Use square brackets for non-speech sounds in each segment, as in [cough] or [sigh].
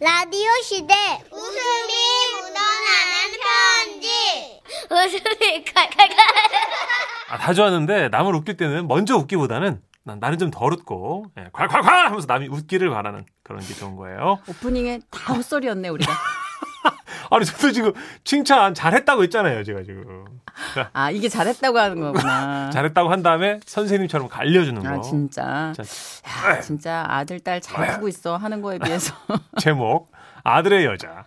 라디오 시대 웃음이 묻어나는 편지 웃음이 칼칼칼 아, 다 좋았는데 남을 웃길 때는 먼저 웃기보다는 난- 나는 좀 덜 웃고 예, 콸콸콸 하면서 남이 웃기를 바라는 그런 게 좋은 거예요. 오프닝에 다 헛소리였네 우리가. 아니 저도 지금 칭찬 잘했다고 했잖아요. 제가 지금 아 이게 잘했다고 하는 거구나. [laughs] 잘했다고 한 다음에 선생님처럼 알려주는 거. 예, 아 진짜. 자, 야, 진짜 아들 딸 잘 크고 있어 하는 거에 비해서. [laughs] 제목 아들의 여자.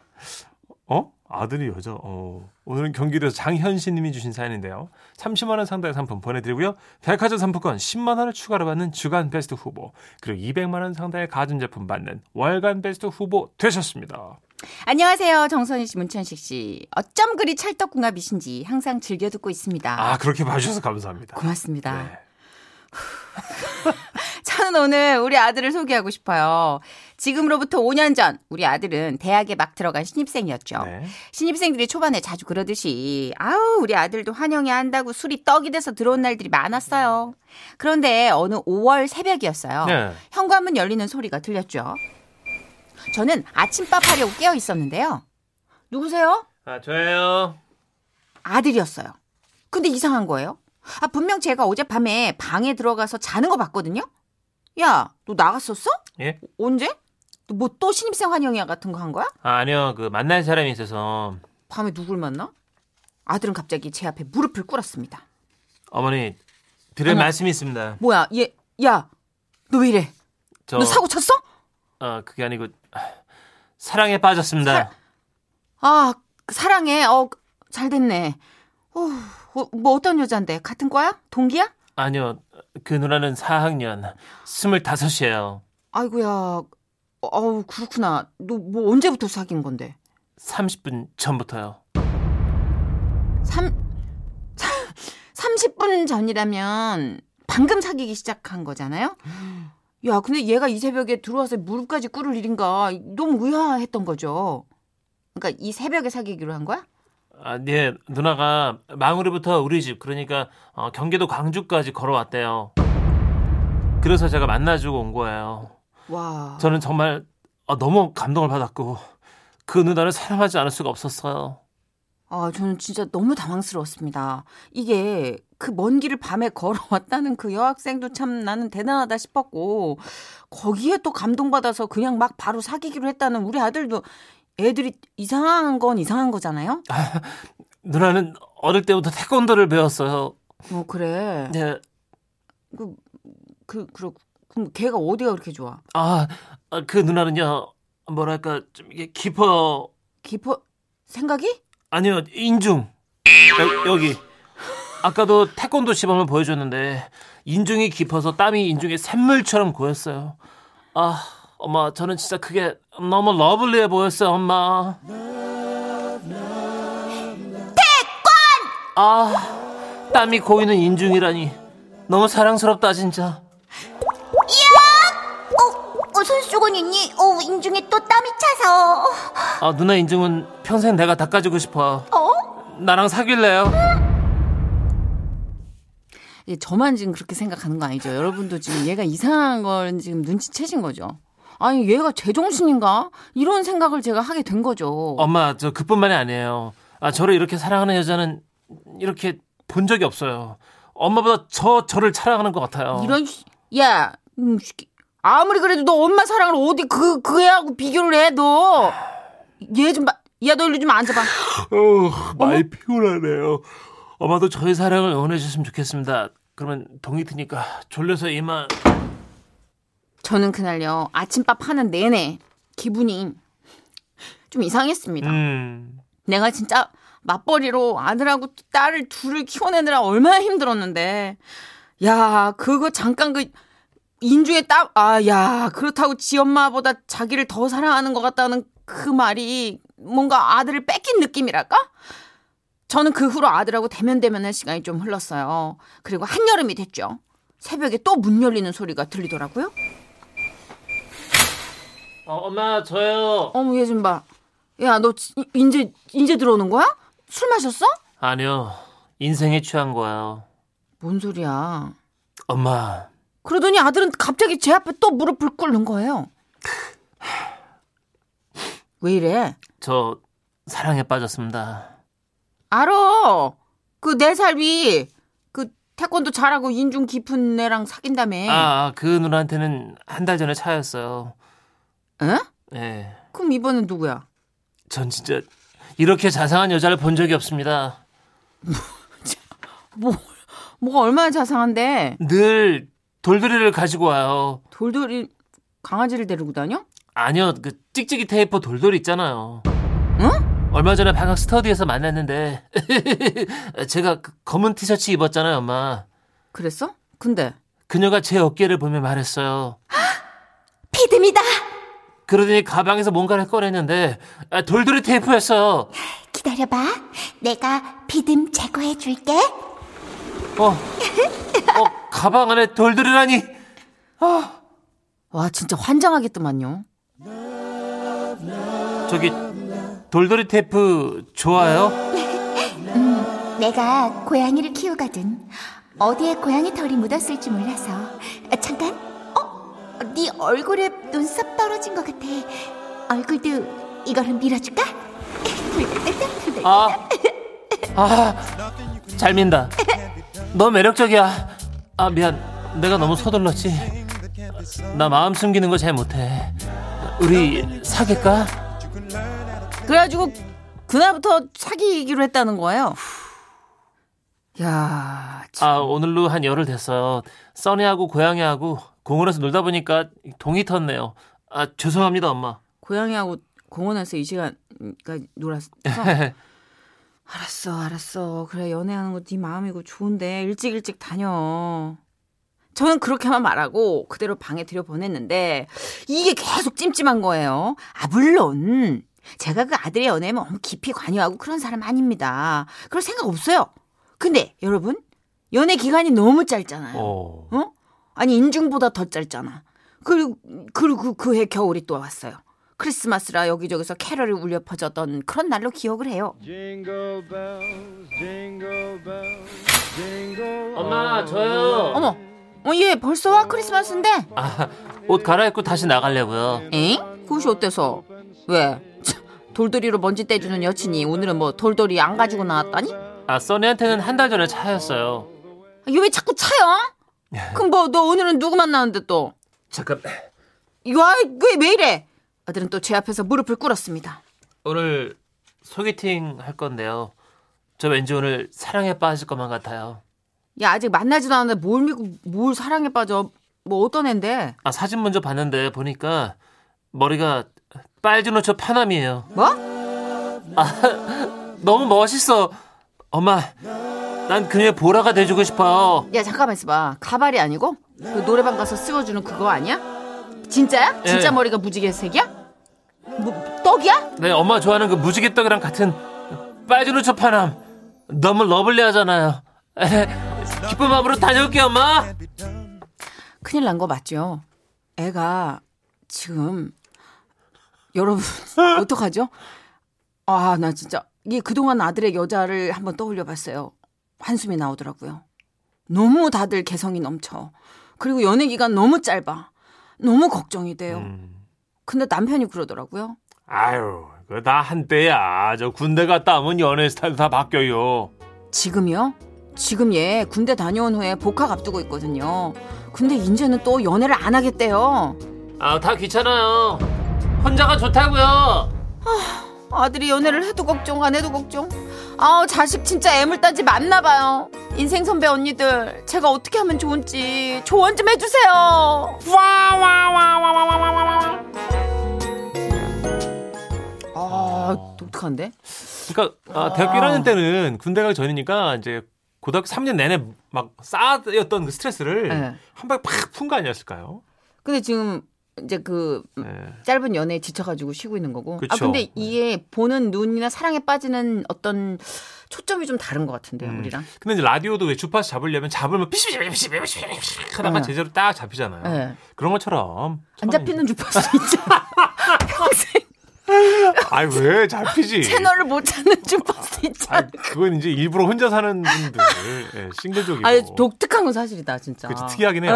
어? 아들이 여자. 어. 오늘은 경기도에서 장현신 님이 주신 사연인데요. 30만 원 상당의 상품 보내 드리고요. 백화점 상품권 10만 원을 추가로 받는 주간 베스트 후보, 그리고 200만 원 상당의 가전 제품 받는 월간 베스트 후보 되셨습니다. 안녕하세요 정선희 씨 문천식 씨. 어쩜 그리 찰떡궁합이신지 항상 즐겨 듣고 있습니다. 아, 그렇게 봐 주셔서 감사합니다. 고맙습니다. 네. 저는 오늘 우리 아들을 소개하고 싶어요. 지금으로부터 5년 전 우리 아들은 대학에 막 들어간 신입생이었죠. 네. 신입생들이 초반에 자주 그러듯이 아우 우리 아들도 환영회 한다고 술이 떡이 돼서 들어온 날들이 많았어요. 그런데 어느 5월 새벽이었어요. 네. 현관문 열리는 소리가 들렸죠. 저는 아침밥 하려고 깨어 있었는데요. 누구세요? 아, 저예요. 아들이었어요. 근데 이상한 거예요. 아, 분명 제가 어젯밤에 방에 들어가서 자는 거 봤거든요? 야, 너 나갔었어? 예? 언제? 뭐 또 신입생 환영회 같은 거 한 거야? 아, 니요그 만날 사람이 있어서 밤에 누굴 만나? 아들은 갑자기 제 앞에 무릎을 꿇었습니다. 어머니 드릴 어머. 말씀이 있습니다. 뭐야, 얘, 야, 너 왜 이래? 저 너 사고 쳤어? 어, 그게 아니고 아, 사랑에 빠졌습니다. 사- 아, 그 사랑해. 어, 잘 됐네. 어, 어, 뭐 어떤 여잔데? 같은 과야? 동기야? 아니요. 그 누나는 4학년 25이에요. 아이고야, 어우, 그렇구나. 너 뭐 언제부터 사귄 건데? 30분 전부터요. 삼, 삼, 30분 전이라면 방금 사귀기 시작한 거잖아요? 야, 근데 얘가 이 새벽에 들어와서 무릎까지 꿇을 일인가 너무 의아했던 거죠. 그러니까 이 새벽에 사귀기로 한 거야? 아, 네. 누나가 망우리부터 우리 집 그러니까 어, 경기도 광주까지 걸어왔대요. 그래서 제가 만나주고 온 거예요. 와. 저는 정말 아, 너무 감동을 받았고 그 누나를 사랑하지 않을 수가 없었어요. 아, 저는 진짜 너무 당황스러웠습니다. 이게 그 먼 길을 밤에 걸어왔다는 그 여학생도 참 나는 대단하다 싶었고, 거기에 또 감동받아서 그냥 막 바로 사귀기로 했다는 우리 아들도 애들이 이상한 건 이상한 거잖아요? 누나는 어릴 때부터 태권도를 배웠어요. 어, 그래. 네. 그, 그, 그렇, 그럼 걔가 어디가 그렇게 좋아? 아, 아, 그 누나는요. 뭐랄까 좀 이게 깊어 깊어, 생각이? 아니요 인중 여, 여기 아까도 태권도 시범을 보여줬는데 인중이 깊어서 땀이 인중에 샘물처럼 고였어요 아 엄마 저는 진짜 그게 너무 러블리해 보였어요 엄마 태권 아 땀이 고이는 인중이라니 너무 사랑스럽다 진짜 어, 어 손수건 있니? 어 인중에 또 땀이 차서 아 누나 인중은 평생 내가 닦아주고 싶어 어? 나랑 사귈래요? 예, 저만 지금 그렇게 생각하는 거 아니죠? 여러분도 지금 얘가 이상한 걸 지금 눈치채신 거죠? 아니, 얘가 제정신인가? 이런 생각을 제가 하게 된 거죠. 어, 엄마 저 그뿐만이 아니에요. 아 저를 이렇게 사랑하는 여자는 이렇게 본 적이 없어요. 엄마보다 저 저를 사랑하는 것 같아요. 이런, 씨- 야, 음, 씨. 아무리 그래도 너 엄마 사랑을 어디 그, 그 애하고 비교를 해, 너. 얘 좀, 봐. 야, 너 일로 좀 앉아봐. 어, 많이 피곤하네요. 엄마도 저의 사랑을 응원해 주셨으면 좋겠습니다. 그러면 동이 트니까 졸려서 이만 저는 그날요 아침밥 하는 내내 기분이 좀 이상했습니다. 음. 내가 진짜 맞벌이로 아들하고 딸을 둘을 키워내느라 얼마나 힘들었는데, 야 그거 잠깐 그 인중에 땀, 아야 그렇다고 지 엄마보다 자기를 더 사랑하는 것 같다는 그 말이 뭔가 아들을 뺏긴 느낌이랄까? 저는 그 후로 아들하고 대면대면할 시간이 좀 흘렀어요. 그리고 한여름이 됐죠. 새벽에 또 문 열리는 소리가 들리더라고요. 어, 엄마 저요. 어머 얘 좀 봐. 야 너 이제 이제 들어오는 거야? 술 마셨어? 아니요 인생에 취한 거예요. 뭔 소리야? 엄마 그러더니 아들은 갑자기 제 앞에 또 무릎을 꿇는 거예요. 왜 이래? 저 사랑에 빠졌습니다. 알어. 그 네 살 위. 그 태권도 잘하고 인중 깊은 애랑 사귄다며. 아, 그 누나한테는 한 달 전에 차였어요. 응? 예. 그럼 이번엔 누구야? 전 진짜 이렇게 자상한 여자를 본 적이 없습니다. 뭐 뭐가 얼마나 자상한데 늘 돌돌이를 가지고 와요. 돌돌이 강아지를 데리고 다녀? 아니요, 그 찍찍이 테이프 돌돌이 있잖아요. 응? 얼마 전에 방학 스터디에서 만났는데 [laughs] 제가 그 검은 티셔츠 입었잖아요, 엄마. 그랬어? 근데 그녀가 제 어깨를 보며 말했어요. 피드미다. 그러더니 가방에서 뭔가를 꺼냈는데 아, 돌돌이 테이프였어요. 기다려봐. 내가 비듬 제거해줄게. 어, 어 가방 안에 돌돌이라니. 와 진짜 환장하겠더만요. 저기 돌돌이 테이프 좋아요? 내가 고양이를 키우거든. 어디에 고양이 털이 묻었을지 몰라서. 아, 잠깐. 어? 네 얼굴에 눈썹 떨어진 것 같아. 얼굴도 이걸로 밀어줄까? [laughs] 돌돌돌돌돌. 아, 아, 잘 민다. 너 매력적이야. 아 미안, 내가 너무 서둘렀지. 나 마음 숨기는 거 잘 못해. 우리 사귈까? 그래가지고 그날부터 사귀기로 했다는 거예요. 야, 참. 아 오늘로 한 열흘 됐어요. 써니하고 고양이하고 공원에서 놀다 보니까 동이 텄네요. 아 죄송합니다 엄마. 고양이하고 공원에서 이 시간까지 놀았어. 알았어, 알았어. 그래 연애하는 거 네 마음이고 좋은데 일찍 일찍 다녀. 저는 그렇게만 말하고 그대로 방에 들여 보냈는데 이게 계속 찜찜한 거예요. 아 물론 제가 그 아들의 연애에 너무 깊이 관여하고 그런 사람 아닙니다. 그럴 생각 없어요. 근데 여러분 연애 기간이 너무 짧잖아요. 어. 어? 아니 인중보다 더 짧잖아. 그리고 그리고 그해 겨울이 또 왔어요. 크리스마스라 여기저기서 캐럴이 울려 퍼졌던 그런 날로 기억을 해요. Jingle bells, jingle bells, jingle 엄마 저요. 어머, 어, 얘 벌써 와 크리스마스인데? 아, 옷 갈아입고 다시 나가려고요. 엥? 그 옷이 어때서? 왜? 참, 돌돌이로 먼지 떼주는 여친이 오늘은 뭐 돌돌이 안 가지고 나왔다니? 아, 써니한테는 한 달 전에 차였어요. 얘 왜 자꾸 차요? 그럼 뭐 너 오늘은 누구 만나는데 또? 잠깐. 이거 아이, 그게 왜 이래? 아들은 또 제 앞에서 무릎을 꿇었습니다. 오늘 소개팅 할 건데요. 저 왠지 오늘 사랑에 빠질 것만 같아요. 야 아직 만나지도 않았는데 뭘 믿고 뭘 사랑에 빠져? 뭐 어떤 앤데? 아, 사진 먼저 봤는데 보니까 머리가 빨주 노초 파남이에요. 뭐? 너무 멋있어. 엄마, 난 그녀의 보라가 돼주고 싶어요. 야 잠깐만 있어봐. 가발이 아니고 그 노래방 가서 쓰워주는 그거 아니야? 진짜야? 진짜 예. 머리가 무지개색이야? 뭐 떡이야? 네, 엄마 좋아하는 그 무지개 떡이랑 같은 빨주 노초 파남. 너무 러블리하잖아요. [laughs] 네, 기쁜 마음으로 다녀올게요, 엄마. 큰일 난 거 맞죠? 애가 지금 여러분 어떡하죠? 아 나 진짜 이게 그동안 아들의 여자를 한번 떠올려 봤어요. 한숨이 나오더라고요. 너무 다들 개성이 넘쳐. 그리고 연애 기간 너무 짧아. 너무 걱정이 돼요. 음. 근데 남편이 그러더라고요. 아유, 그거 다 한때야. 저 군대 갔다 오면 연애 스타일 다 바뀌어요. 지금이요? 지금 얘 군대 다녀온 후에 복학 앞두고 있거든요. 근데 이제는 또 연애를 안 하겠대요. 아, 다 귀찮아요. 혼자가 좋다고요. 아들이 연애를 해도 걱정 안 해도 걱정 아 자식 진짜 애물단지 맞나 봐요 인생 선배 언니들 제가 어떻게 하면 좋은지 조언 좀 해주세요 아 독특한데 그러니까 아, 대학교 1학년 때는 군대 가기 전이니까 이제 고등학교 3년 내내 막 쌓였던 그 스트레스를 네. 한 방에 팍 푼 거 아니었을까요? 근데 지금 이제 그 네. 짧은 연애에 지쳐가지고 쉬고 있는 거고 아 그쵸. 네. 근데 이게 보는 눈이나 사랑에 빠지는 어떤 초점이 좀 다른 것 같은데요 음. 우리랑 근데 이제 라디오도 왜 주파수 잡으려면 잡으면 피시피시피시피시피시 하다가 네. 제대로 딱 잡히잖아요. 네. 그런 것처럼 안 잡히는 주파수 있잖아 평생 아왜 잡히지? 채널을 못 찾는 주파수 진짜. 예. 아, 그건 이제 일부러 혼자 사는 분들 예, 싱글족이고. 아니 독특한 건 사실이다 진짜. 예. 그치, 특이하긴 해요.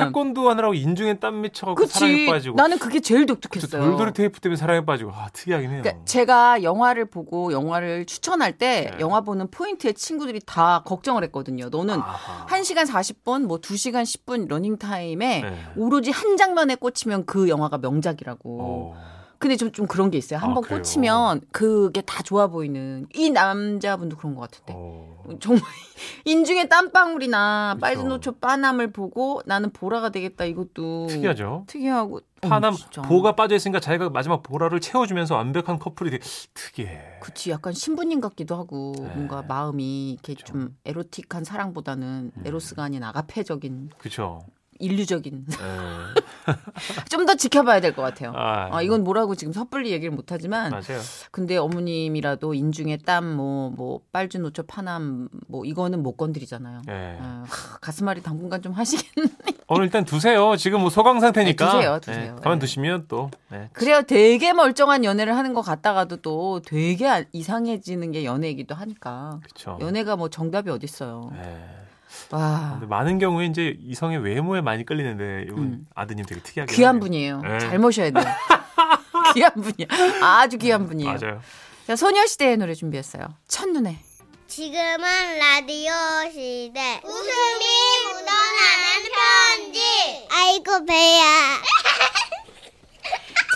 태권도 하느라고 인중에 땀 미쳐갖고 사랑에 그치. 빠지고. 나는 그게 제일 그쵸, 독특했어요. 돌돌이 테이프 때문에 사랑에 빠지고. 아 특이하긴 해요. 그러니까 제가 영화를 보고 영화를 추천할 때 네. 영화 보는 포인트에 친구들이 다 걱정을 했거든요. 너는 아하. 1시간 40분, 뭐 2시간 10분 러닝 타임에 네. 오로지 한 장면에 꽂히면 그 영화가 명작이라고. 어. 근데 좀, 좀 그런 게 있어요. 아, 한 번 그래요? 꽂히면 그게 다 좋아 보이는 이 남자분도 그런 것 같은데. 어. 정말 [laughs] 인중에 땀방울이나 그쵸. 빨주노초 빠남을 보고 나는 보라가 되겠다 이것도 특이하죠. 특이하고 파남 어머, 음, 진짜. 보가 빠져 있으니까 자기가 마지막 보라를 채워주면서 완벽한 커플이 되게 특이해. 그치 약간 신부님 같기도 하고 네. 뭔가 마음이 이렇게 그쵸. 좀 에로틱한 사랑보다는 음. 에로스가 아닌 아가페적인 그쵸. 인류적인 [laughs] 예. 좀 더 지켜봐야 될 것 같아요. 아, 아, 이건 뭐라고 지금 섣불리 얘기를 못하지만 맞아요. 근데 어머님이라도 인중에 땀 뭐 뭐 빨주 노초 파남 뭐 이거는 못 건드리잖아요. 예. 아, 하, 가슴앓이 당분간 좀 하시겠네. 오늘 일단 두세요. 지금 뭐 소강 상태니까. 네, 두세요, 두세요. 예, 가만 네. 두시면 또. 네. 그래야 되게 멀쩡한 연애를 하는 것 같다가도 또 되게 아- 이상해지는 게 연애이기도 하니까 그쵸. 연애가 뭐 정답이 어딨어요. 예. 와 근데 많은 경우에 이제 이성의 외모에 많이 끌리는데 이분 음. 아드님 되게 특이하게 귀한 분이에요. 네. 잘 [laughs] 모셔야 돼요. 귀한 분이야. 아주 귀한 분이에요. 네, 맞아요. 자, 소녀시대의 노래 준비했어요. 첫눈에. 지금은 라디오 시대. 웃음이 묻어나는 편지. 아이고, 배야.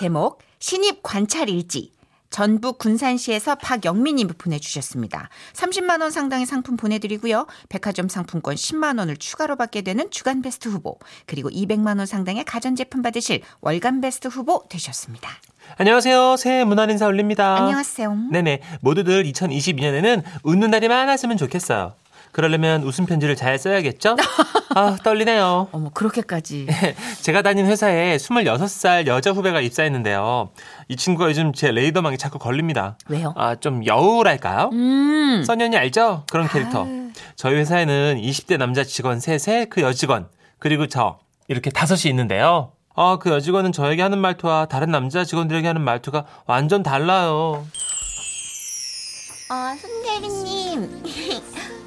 제목 신입 관찰 일지 전북 군산시에서 박영민님이 보내주셨습니다. 30만 원 상당의 상품 보내드리고요. 백화점 상품권 10만 원을 추가로 받게 되는 주간 베스트 후보 그리고 200만 원 상당의 가전제품 받으실 월간 베스트 후보 되셨습니다. 안녕하세요. 새해 문화 인사 올립니다. 안녕하세요. 네네. 모두들 2022년에는 웃는 날이 많았으면 좋겠어요. 그러려면 웃음 편지를 잘 [laughs] 써야겠죠? 아, 떨리네요. 네. 어머 그렇게까지 제가 다닌 회사에 26살 여자 후배가 입사했는데요. 이 친구가 요즘 제 레이더망에 자꾸 걸립니다. [laughs] 왜요? 아, 좀 여우랄까요? 음 선현이 알죠? 그런 캐릭터. 저희 회사에는 20대 남자 직원 셋에 그 여직원, 그리고 저, 이렇게 다섯이 있는데요. 아, 그 여직원은 저에게 하는 말투와 다른 남자 직원들에게 하는 말투가 완전 달라요. 어, 손대리님. [laughs]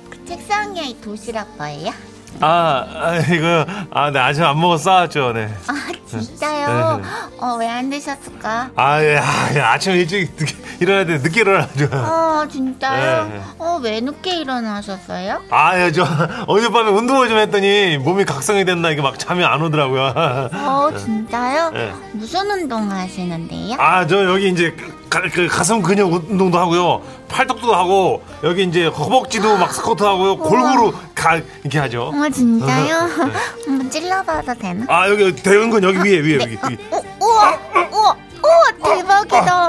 그 책상에 이 도시락 거예요? 아, 아, 이거, 아, 네, 아직 안 먹었어, 아죠, 네. 아, 진짜요? 어, 왜 안 드셨을까? 아, 예, 아, 예, 아침 일찍 늦게 일어나야 돼, 늦게 일어나죠. 어, 진짜요? 네, 네. 어, 왜 늦게 일어나셨어요? 아, 예, 저, 어젯밤에 운동을 좀 했더니 몸이 각성이 됐나, 이게 막 잠이 안 오더라고요. 어, 진짜요? 네. 무슨 운동 하시는데요? 아, 저 여기 이제 가, 그 가슴 근육 운동도 하고요. 팔뚝도 하고, 여기 이제 허벅지도 막 스쿼트 하고요. 골고루 가, 이렇게 하죠. 어, 진짜요? [laughs] 한번 찔러봐도 되나? 아, 여기 대근 근 여기 위에, 위에, 여기. 여기. 어, 우와, 우와, 우와, 아, 대박이다.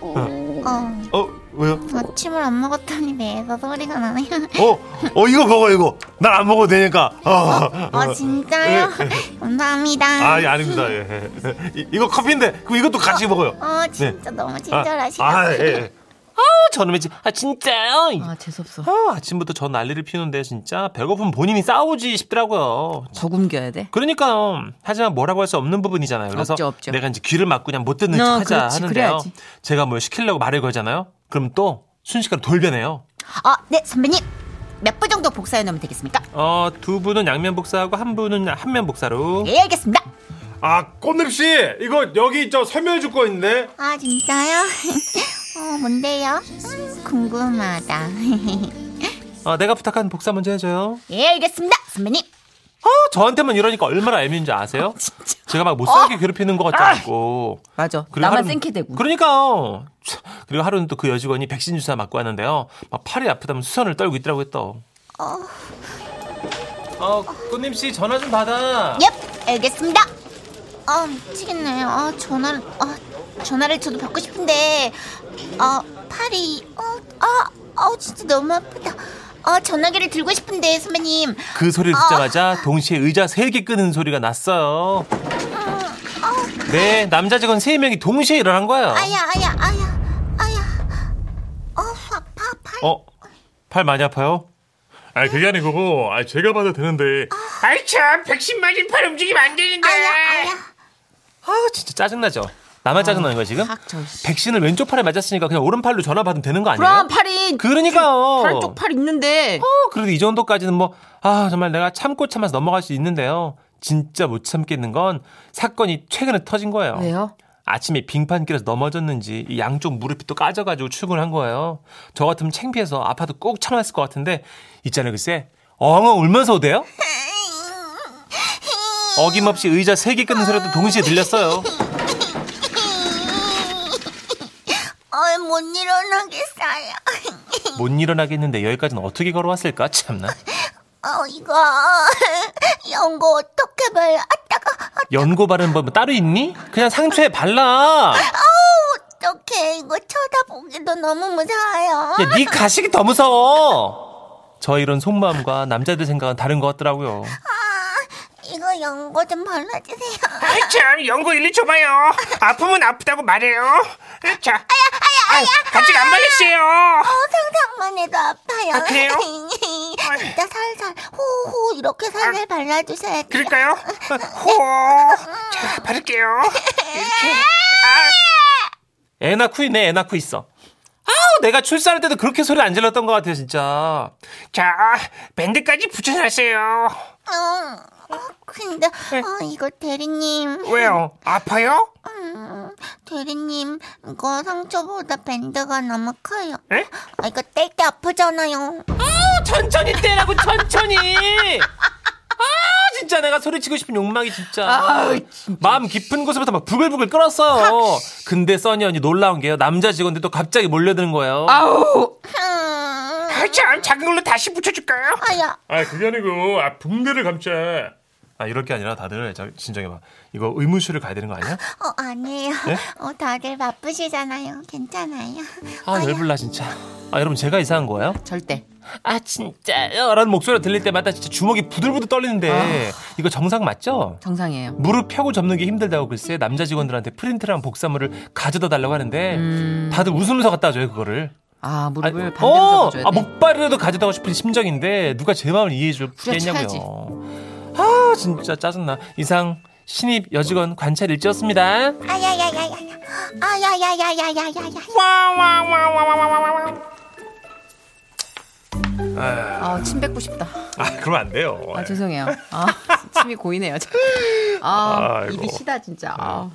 어, 어, 왜요? 아침을 안 먹었더니 배에서 소리가 나네요. 어, 어, 이거 먹어, 이거. 난 안 먹어도 되니까. 어, 네. 어, 진짜요? [laughs] 감사합니다. 아, 예, 아닙니다. 예. 예. 이- 이거 커피인데 그럼 이것도 같이 먹어요. 어, 진짜 너무 친절하시다. 네. 아, 아, 예, 예. 아, 저놈의 집. 아, 진짜요? 아 재수없어. 아, 아침부터 저 난리를 피우는데 진짜 배고픈 본인이 싸우지 싶더라고요. 저 굶겨야 돼. 그러니까요. 하지만 뭐라고 할 수 없는 부분이잖아요. 그래서 없죠, 없죠. 내가 이제 귀를 막고 그냥 못 듣는 척 어, 하자 그렇지, 하는데요. 그래야지. 제가 뭘 시키려고 말을 걸잖아요. 그럼 또 순식간에 돌변해요. 어, 네, 선배님. 몇 분 정도 복사해 놓으면 되겠습니까? 어, 두 분은 양면 복사하고 한 분은 한면 복사로. 예, 알겠습니다. 아, 꽃잎씨 이거 여기 저 설명해 줄 거 있는데. 아, 진짜요? [laughs] 어, 뭔데요? 음, 궁금하다. [laughs] 어, 내가 부탁한 복사 먼저 해줘요. 예, 알겠습니다. 선배님. 어, 저한테만 이러니까 얼마나 애매인지 [laughs] 아세요? 제가 막 못살게 괴롭히는 것 아! 같지 않고. 맞아. 그리고 나만 하루는- 생케 대고. 그러니까요. 참, 그리고 하루는 또 그 여직원이 백신 주사 맞고 왔는데요. 막 팔이 아프다면 수선을 떨고 있더라고요 또. 어, 꽃님 씨 전화 좀 받아. 엽, 알겠습니다. 아, 미치겠네. 아, 전화를, 아, 전화를 저도 받고 싶은데, 아, 팔이, 어, 아, 아, 진짜 너무 아프다. 아, 전화기를 들고 싶은데, 선배님. 그 어. 소리를 듣자마자 동시에 의자 세 개 끄는 소리가 났어요. 네, 남자 직원 세 명이 동시에 일어난 거예요. 아야, 아야, 아야, 아야. 어, 아파, 팔. 어, 팔 많이 아파요? 아, 그게 아니고, 아, 제가 봐도 되는데. 아이 참 백신 맞은 팔 움직이면 안 되는데 아야, 아야. 아, 진짜 짜증나죠. 나만 짜증나는 거야 지금? 닥쳐, 씨. 백신을 왼쪽 팔에 맞았으니까 그냥 오른팔로 전화 받으면 되는 거 아니에요? 그럼 팔이 그러니까요. 다른 쪽 팔 있는데 어, 그래도 이 정도까지는 뭐, 아, 정말 내가 참고 참아서 넘어갈 수 있는데요. 진짜 못 참겠는 건 사건이 최근에 터진 거예요. 왜요? 아침에 빙판길에서 넘어졌는지 이 양쪽 무릎이 또 까져가지고 출근한 거예요. 저 같으면 창피해서 아파도 꼭 참았을 것 같은데 있잖아요 글쎄 엉엉 울면서 오대요. 어김없이 의자 세 개 끊는 소리도 동시에 들렸어요. 어, 못 일어나겠어요. 못 일어나겠는데 여기까지는 어떻게 걸어왔을까 참나. 어, [laughs] 이거 연고 어떻게 봐요? 아따가 연고 바르는 법은 따로 있니? 그냥 상처에 발라. 어떡해 이거 쳐다보기도 너무 무서워요. 야, 네 가식이 더 무서워. 저 이런 속마음과 남자들 생각은 다른 것 같더라고요. 아, 이거 연고 좀 발라주세요. 참, 연구 일리 줘봐요. 아프면 아프다고 말해요. 자, 아유, 아직 안 말렸어요. 어, 상상만 해도 아파요. 아, [laughs] 그래요? 진짜 살살 호호 이렇게 살살 발라주셔야 돼요. 아, 그럴까요? 호, 자, 바를게요. 이렇게. 아, 애 낳고 있네, 애 낳고 있어. 아우, 내가 출산할 때도 그렇게 소리 안 질렀던 것 같아요, 진짜. 자, 밴드까지 붙여놨어요. 응. 어, 근데 어, 이거 대리님, 네. 왜요? 아파요? 음, 대리님 이거 상처보다 밴드가 너무 커요. 에? 아, 이거 뗄 때 아프잖아요. 천천히 때라고, 천천히! 아, 진짜 내가 소리치고 싶은 욕망이 진짜. 마음 깊은 곳에부터 막 부글부글 끓었어요. 근데 써니 언니 놀라운 게요. 남자 직원들이 또 갑자기 몰려드는 거예요. 아우 음, 아, 참, 작은 걸로 다시 붙여줄까요? 아야, 아 그게 아니고 아 붕대를 감자. 아 이렇게 아니라 다들 자, 진정해봐. 이거 의무실을 가야 되는 거 아니야? 어 아니에요. 네? 어 다들 바쁘시잖아요. 괜찮아요. 아, 왜 불러, 진짜. 아, 여러분, 제가 이상한 거예요? 절대 아, 진짜요? 라는 목소리가 들릴 때마다 진짜 주먹이 부들부들 떨리는데. 아. 이거 정상 맞죠? 정상이에요. 무릎 펴고 접는 게 힘들다고 글쎄 남자 직원들한테 프린트랑 복사물을 가져다 달라고 하는데 다들 웃으면서 갖다 줘요 그거를. 아 아니, 무릎을 어! 음. 반대로 접어줘야 돼. 아 목발이라도 가져다고 싶은 심정인데 누가 제 마음을 이해해 후려쳐야지. 줄겠냐고요. 아 진짜 짜증나. 이상 신입 여직원 관찰 일지였습니다. 아야야야야야, 아야야야야야야야. 와, 와, 와, 와, 와, 와, 와, 와. 아, 침 뱉고 싶다. 아 그러면 안 돼요. 아 죄송해요. [laughs] 아 침이 고이네요. 저. 아 아이고. 네. 입이 시다 진짜. 아,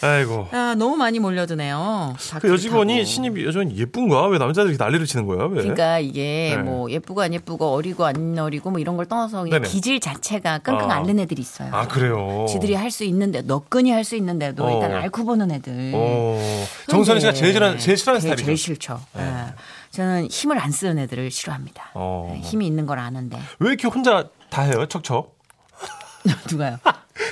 아이고. 아, 너무 많이 몰려드네요. 다 그 여직원이 그렇다고. 신입 여직원 예쁜가? 왜 남자들이 이렇게 난리를 치는 거야? 왜? 그러니까 이게 네. 뭐 예쁘고 안 예쁘고 어리고 안 어리고 뭐 이런 걸 떠나서 그냥 네네. 기질 자체가 끙끙 아. 앓는 애들이 있어요. 아 그래요. 지들이 할 수 있는데 너끈히 할 수 있는데도 어. 일단 앓고 보는 애들. 어. 정선희 씨가 제일 싫어하는 제일 싫어하는 네. 제일- 스타일이죠. 네. 제일 싫죠. 예. 저는 힘을 안 쓰는 애들을 싫어합니다. 어. 예, 힘이 있는 걸 아는데 [laughs] 왜 이렇게 혼자 다 해요? 척척. 누가요?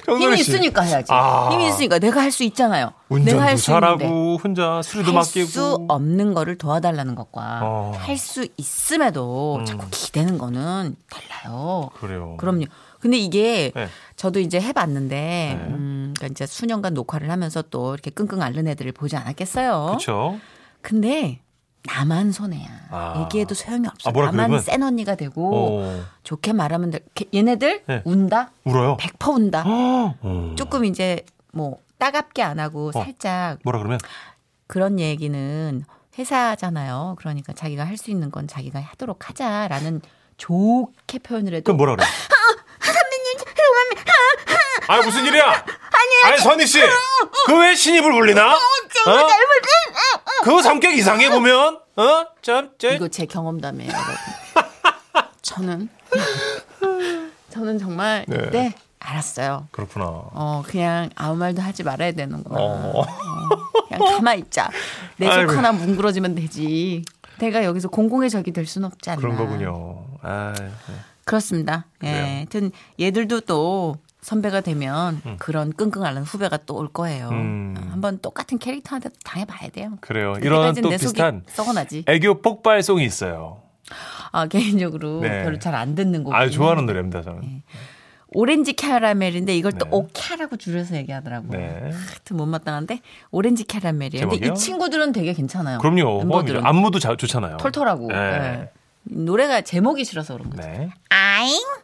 정선희 힘이 씨. 있으니까 해야지. 아. 힘이 있으니까 내가 할 수 있잖아요. 내가 운전도 할 수 있는데. 잘하고 혼자 수리도 할 수 맡기고. 없는 거를 도와달라는 것과 어. 할 수 있음에도 자꾸 기대는 거는 달라요. 그래요. 그럼요. 근데 이게 어. 네. 저도 이제 해봤는데, 음, 그러니까 이제 수년간 녹화를 하면서 또 이렇게 끙끙 앓는 애들을 보지 않았겠어요. 그렇죠. 근데 나만 손해야. 아. 얘기해도 소용이 없어. 아, 뭐라 나만 그러면? 센 언니가 되고 어. 좋게 말하면 돼. 걔- 얘네들 네. 운다, 울어요. 100% 운다. 어. 조금 이제 뭐 따갑게 안 하고 살짝 뭐라 그러면? 그런 얘기는 회사잖아요. 그러니까 자기가 할 수 있는 건 자기가 하도록 하자라는 좋게 표현을 해도 그럼 뭐라 그래? 아 무슨 일이야? 아니 아니 선희 씨, 그 왜 신입을 불리나? 어? 그 성격 이상해 보면, 어? 참, 쟤. 이거 제 경험담이에요, 여러분. [laughs] 저는 저는 정말 네. 그때 알았어요. 그렇구나. 어 그냥 아무 말도 하지 말아야 되는구나. 어. 그냥 가만 있자. 내 속 아이고. 하나 뭉그러지면 되지. 내가 여기서 공공의 적이 될 순 없지 않나. 그런 거군요. 아, 네. 그렇습니다. 예. 그래요. 하여튼 얘들도 또 선배가 되면 그런 끙끙 앓는 후배가 또 올 거예요. 음. 어, 한번 똑같은 캐릭터한테 당해봐야 돼요. 그래요. 이런 그때까지는 또 내 속이 비슷한 썩어나지. 애교 폭발송이 있어요. 아, 개인적으로 네. 별로 잘 안 듣는 곡. 아, 좋아하는 노래입니다, 저는. 오렌지 캐러멜인데 이걸 또 네. 오캬라고 줄여서 얘기하더라고요. 네. 하여튼 못마땅한데 오렌지 캐러멜이에요. 근데 제목이요? 이 친구들은 되게 괜찮아요. 그럼요. 호감이죠. 멤버들은 안무도 자- 좋잖아요. 털털하고. 네. 예. 노래가 제목이 싫어서 그런 거죠. 네. 아잉